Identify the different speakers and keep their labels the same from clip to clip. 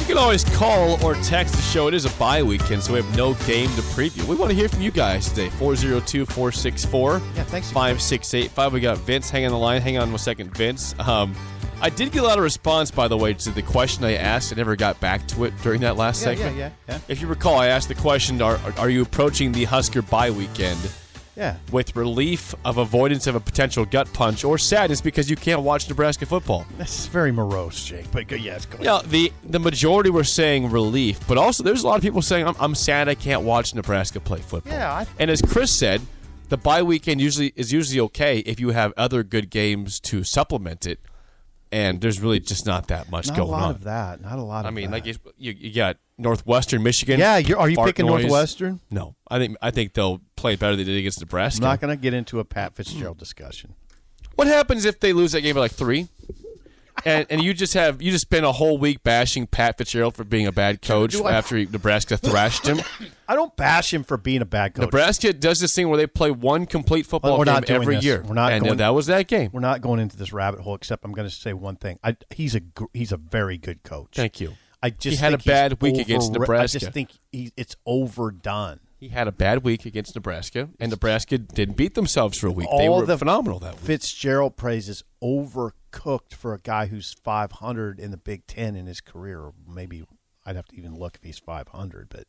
Speaker 1: You can always call or text the show. It is a bye weekend, so we have no game to preview. We want to hear from you guys today. 402 464 5685. We got Vince hanging on the line. Hang on one second, Vince. Um, I did get a lot of response, by the way, to the question I asked. I never got back to it during that last
Speaker 2: Yeah,
Speaker 1: segment.
Speaker 2: yeah, yeah, yeah.
Speaker 1: If you recall, I asked the question Are, are you approaching the Husker bye weekend?
Speaker 2: Yeah.
Speaker 1: With relief of avoidance of a potential gut punch or sadness because you can't watch Nebraska football.
Speaker 2: That's very morose, Jake. But go- yes, go
Speaker 1: Yeah, the the majority were saying relief, but also there's a lot of people saying I'm, I'm sad I can't watch Nebraska play football.
Speaker 2: Yeah, I-
Speaker 1: and as Chris said, the bye weekend usually is usually okay if you have other good games to supplement it, and there's really just not that much
Speaker 2: Not a
Speaker 1: going
Speaker 2: lot
Speaker 1: on.
Speaker 2: of that. Not a lot of
Speaker 1: I mean,
Speaker 2: that.
Speaker 1: like you, you, you got Northwestern Michigan.
Speaker 2: Yeah, you're- are you
Speaker 1: Fart
Speaker 2: picking
Speaker 1: noise.
Speaker 2: Northwestern?
Speaker 1: No, I think I think they'll play better than they did against Nebraska.
Speaker 2: I'm not going to get into a Pat Fitzgerald discussion.
Speaker 1: What happens if they lose that game by like three? And, and you just have you just spend a whole week bashing Pat Fitzgerald for being a bad coach
Speaker 2: Do I-
Speaker 1: after he- Nebraska thrashed him.
Speaker 2: I don't bash him for being a bad coach.
Speaker 1: Nebraska does this thing where they play one complete football
Speaker 2: We're
Speaker 1: game
Speaker 2: not doing
Speaker 1: every
Speaker 2: this.
Speaker 1: year.
Speaker 2: We're not
Speaker 1: and
Speaker 2: going-
Speaker 1: that was that game.
Speaker 2: We're not going into this rabbit hole, except I'm going to say one thing. I, he's a gr- he's a very good coach.
Speaker 1: Thank you.
Speaker 2: I just
Speaker 1: He had
Speaker 2: think
Speaker 1: a
Speaker 2: he's
Speaker 1: bad week against
Speaker 2: overra- I
Speaker 1: Nebraska.
Speaker 2: just think he, it's overdone.
Speaker 1: He had a bad week against Nebraska, and Nebraska didn't beat themselves for a week. they
Speaker 2: All
Speaker 1: were
Speaker 2: the
Speaker 1: phenomenal that week.
Speaker 2: Fitzgerald praise is overcooked for a guy who's 500 in the Big Ten in his career. Or Maybe I'd have to even look if he's 500, but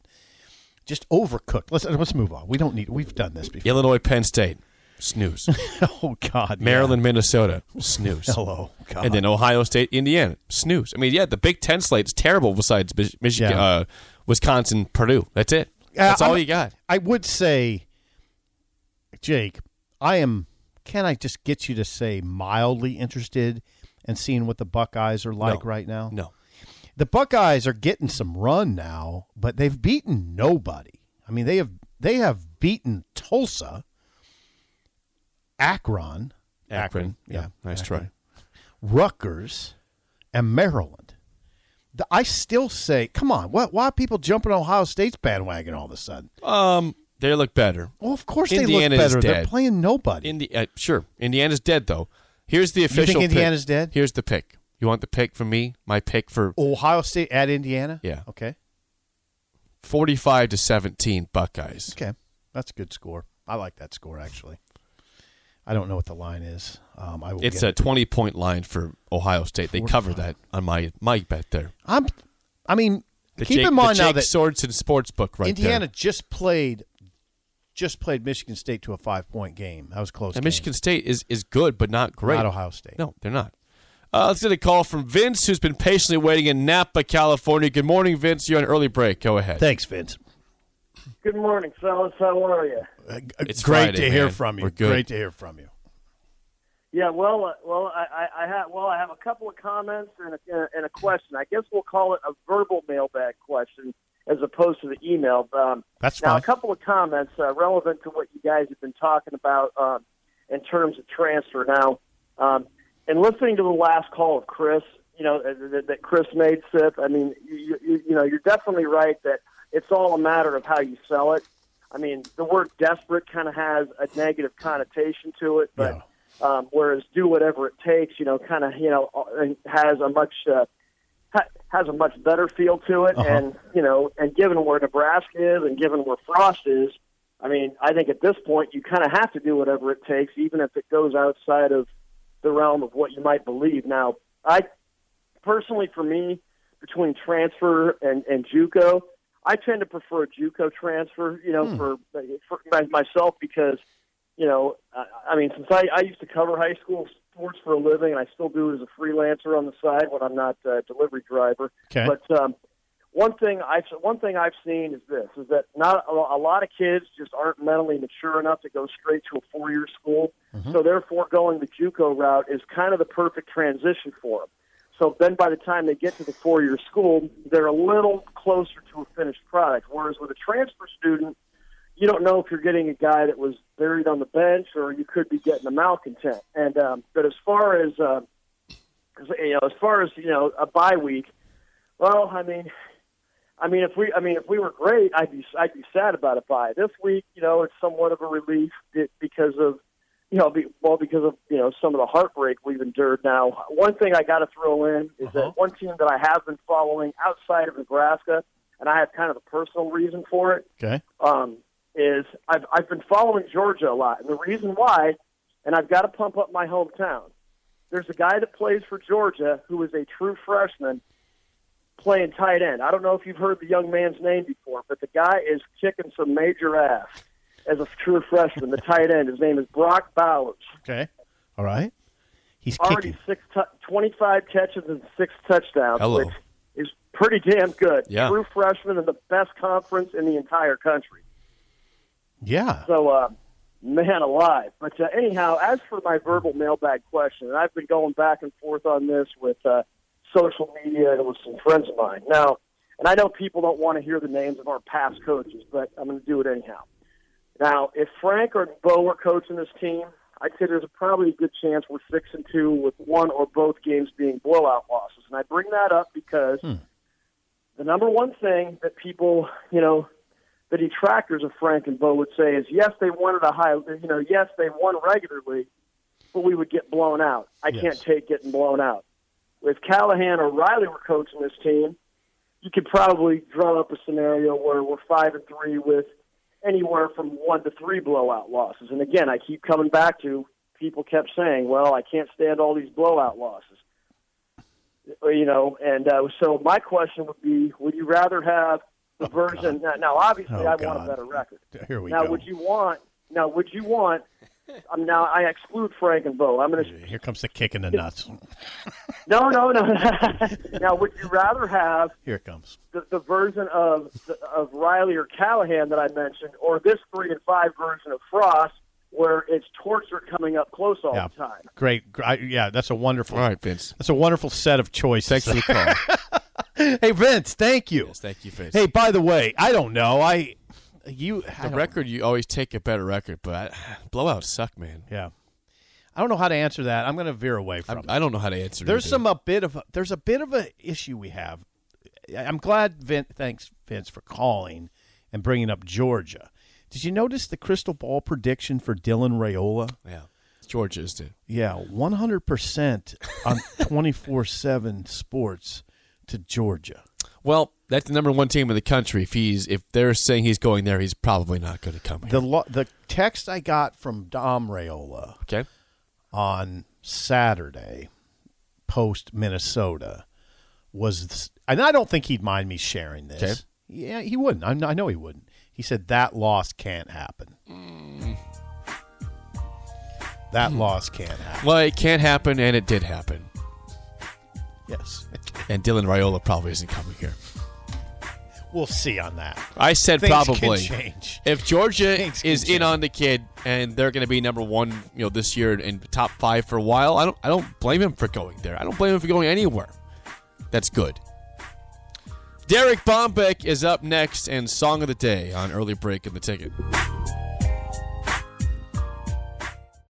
Speaker 2: just overcooked. Let's let's move on. We don't need. We've done this before.
Speaker 1: Illinois, Penn State, snooze.
Speaker 2: Oh God, yeah.
Speaker 1: Maryland, Minnesota, snooze.
Speaker 2: Hello, God.
Speaker 1: And then Ohio State, Indiana, snooze. I mean, yeah, the Big Ten slate's terrible besides Mich- Michigan,
Speaker 2: Yeah.
Speaker 1: uh, Wisconsin, Purdue. That's it.
Speaker 2: Yeah,
Speaker 1: That's all
Speaker 2: Uh, I'm-
Speaker 1: you got.
Speaker 2: I would say, Jake, I am. Can I just get you to say mildly interested in seeing what the Buckeyes are like
Speaker 1: No.
Speaker 2: right now?
Speaker 1: No.
Speaker 2: the Buckeyes are getting some run now, but they've beaten nobody. I mean, they have they have beaten Tulsa, Akron,
Speaker 1: Akron. Yeah.
Speaker 2: yeah,
Speaker 1: Nice try.
Speaker 2: Rutgers, and Maryland. The- I still say, come on, what? Why are people jumping on Ohio State's bandwagon all of a sudden?
Speaker 1: Um, they look better.
Speaker 2: Well, of course
Speaker 1: Indiana
Speaker 2: they
Speaker 1: is
Speaker 2: look better. They're
Speaker 1: dead.
Speaker 2: playing nobody.
Speaker 1: Indi- uh, sure. Indiana's dead though. Here's the official. pick.
Speaker 2: Indiana's dead?
Speaker 1: Here's the pick. You want the pick from me? My pick for
Speaker 2: Ohio State at Indiana.
Speaker 1: Yeah.
Speaker 2: Okay.
Speaker 1: forty-five to seventeen Buckeyes.
Speaker 2: Okay, that's a good score. I like that score actually. I don't know what the line is. Um, I will
Speaker 1: It's
Speaker 2: get
Speaker 1: a twenty-point line for Ohio State. They cover that on my my bet there.
Speaker 2: I'm, I mean,
Speaker 1: The
Speaker 2: keep
Speaker 1: Jake,
Speaker 2: in mind
Speaker 1: the
Speaker 2: now
Speaker 1: Jake
Speaker 2: that
Speaker 1: Swords and Sportsbook right
Speaker 2: Indiana
Speaker 1: there.
Speaker 2: just played, just played Michigan State to a five point game. That was a close.
Speaker 1: And
Speaker 2: game.
Speaker 1: Michigan State is is good, but not great.
Speaker 2: Not Ohio State.
Speaker 1: No, they're not. Uh, let's get a call from Vince, who's been patiently waiting in Napa, California. Good morning, Vince. You're on early break. Go ahead.
Speaker 2: Thanks, Vince.
Speaker 3: Good morning, fellas. How are you?
Speaker 2: Uh, g-
Speaker 1: It's
Speaker 2: great
Speaker 1: Friday,
Speaker 2: to hear
Speaker 1: man.
Speaker 2: from you.
Speaker 1: We're good.
Speaker 2: Great to hear from you.
Speaker 3: Yeah, well, uh, well, I, I, I have well, I have a couple of comments and a, and a question. I guess we'll call it a verbal mailbag question as opposed to the email. Um,
Speaker 2: That's
Speaker 3: now
Speaker 2: fine.
Speaker 3: a couple of comments uh, relevant to what you guys have been talking about um, in terms of transfer. Now, um, and listening to the last call of Chris, you know uh, that, that Chris made, Sip. I mean, you, you, you know, you're definitely right that it's all a matter of how you sell it. I mean, the word desperate kind of has a negative connotation to it, but um, whereas do whatever it takes, you know, kind of, you know, uh, and has a much uh, ha- has a much better feel to it, and you know, and given where Nebraska is and given where Frost is, I mean, I think at this point you kind of have to do whatever it takes, even if it goes outside of the realm of what you might believe. Now, I personally, for me, between transfer and, and JUCO, I tend to prefer a JUCO transfer, you know, for, for my- myself because, you know, I, I mean, since I, I used to cover high school sports for a living, and I still do it as a freelancer on the side when I'm not a delivery driver.
Speaker 2: Okay.
Speaker 3: But um, one thing I've one thing I've seen is this: is that not a, a lot of kids just aren't mentally mature enough to go straight to a four year school. So therefore, going the JUCO route is kind of the perfect transition for them. So then, by the time they get to the four year school, they're a little closer to a finished product. Whereas with a transfer student, you don't know if you're getting a guy that was buried on the bench or you could be getting a malcontent. And um, but as far as uh, as- you know, as far as you know, a bye week. Well, I mean, I mean, if we, I mean, if we were great, I'd be, I'd be sad about a bye. This week, you know, it's somewhat of a relief be- because of, you know, be, well, because of you know some of the heartbreak we've endured. Now, one thing I got to throw in is that one team that I have been following outside of Nebraska, and I have kind of a personal reason for it
Speaker 2: Okay.
Speaker 3: um, is I've, I've been following Georgia a lot. And the reason why, and I've got to pump up my hometown, there's a guy that plays for Georgia who is a true freshman playing tight end. I don't know if you've heard the young man's name before, but the guy is kicking some major ass as a true freshman, the tight end. His name is Brock Bowers.
Speaker 2: Okay. All right. He's
Speaker 3: Already
Speaker 2: kicking.
Speaker 3: six t- 25 catches and six touchdowns,
Speaker 1: Hello.
Speaker 3: which is pretty damn good.
Speaker 1: Yeah.
Speaker 3: True freshman in the best conference in the entire country.
Speaker 2: Yeah.
Speaker 3: So, uh, man alive. But uh, anyhow, as for my verbal mailbag question, and I've been going back and forth on this with uh, social media and with some friends of mine. Now, and I know people don't want to hear the names of our past coaches, but I'm going to do it anyhow. Now, if Frank or Bo were coaching this team, I'd say there's probably a good chance we're six and two with one or both games being blowout losses. And I bring that up because the number one thing that people, you know, the detractors of Frank and Bo would say is yes, they won at a high, you know, yes, they won regularly, but we would get blown out. I can't take getting blown out. If Callahan or Riley were coaching this team, you could probably draw up a scenario where we're five and three with anywhere from one to three blowout losses. And again, I keep coming back to people kept saying, "Well, I can't stand all these blowout losses." you know. And uh, so my question would be: Would you rather have the version now, now? Obviously,
Speaker 2: Oh,
Speaker 3: I want
Speaker 2: God.
Speaker 3: a better record.
Speaker 2: Here we
Speaker 3: now,
Speaker 2: go.
Speaker 3: would you want? Now, would you want? Um, now, I exclude Frank and Bo. I'm going to
Speaker 2: Here comes the kick in the nuts.
Speaker 3: no, no, no. now, would you rather have
Speaker 2: Here it comes.
Speaker 3: the, the version of of Riley or Callahan that I mentioned, or this three and five version of Frost, where it's torture coming up close all
Speaker 2: Yeah.
Speaker 3: the time?
Speaker 2: Great. gr- I- yeah, that's a wonderful.
Speaker 1: All right, Vince.
Speaker 2: That's a wonderful set of choices.
Speaker 1: Thanks for the call.
Speaker 2: hey, Vince. Thank you.
Speaker 1: yes, thank you, Vince.
Speaker 2: Hey, by the way, I don't know. I you
Speaker 1: the record you always take a better record, but I, blowouts suck, man.
Speaker 2: Yeah, I don't know how to answer that. I'm going to veer away from.
Speaker 1: I'm,
Speaker 2: it.
Speaker 1: I don't know how to answer.
Speaker 2: there's
Speaker 1: either.
Speaker 2: some a bit of a, there's a bit of a issue we have. I- I'm glad Vin, thanks Vince for calling and bringing up Georgia. Did you notice the crystal ball prediction for Dylan Rayola?
Speaker 1: Yeah, Georgia is it.
Speaker 2: Yeah, 100% on 24/7 Sports to Georgia.
Speaker 1: Well, that's the number one team in the country. If he's if they're saying he's going there, he's probably not going to come here.
Speaker 2: The lo- the text I got from Dom Rayola
Speaker 1: okay.
Speaker 2: on Saturday post Minnesota was, this, and I don't think he'd mind me sharing this.
Speaker 1: Okay.
Speaker 2: Yeah, he wouldn't. I'm, I know he wouldn't. He said that loss can't happen.
Speaker 1: Mm.
Speaker 2: That loss can't happen.
Speaker 1: Well, it can't happen, and it did happen.
Speaker 2: Yes,
Speaker 1: And Dylan Raiola probably isn't coming here.
Speaker 2: we'll see on that.
Speaker 1: I said
Speaker 2: Things can
Speaker 1: probably.
Speaker 2: change.
Speaker 1: If Georgia
Speaker 2: Things can
Speaker 1: is in
Speaker 2: change.
Speaker 1: on the kid and they're going to be number one, you know, this year and top five for a while, I don't I don't blame him for going there. I don't blame him for going anywhere. That's good. Derek Bombeck is up next and song of the day on early break in the ticket.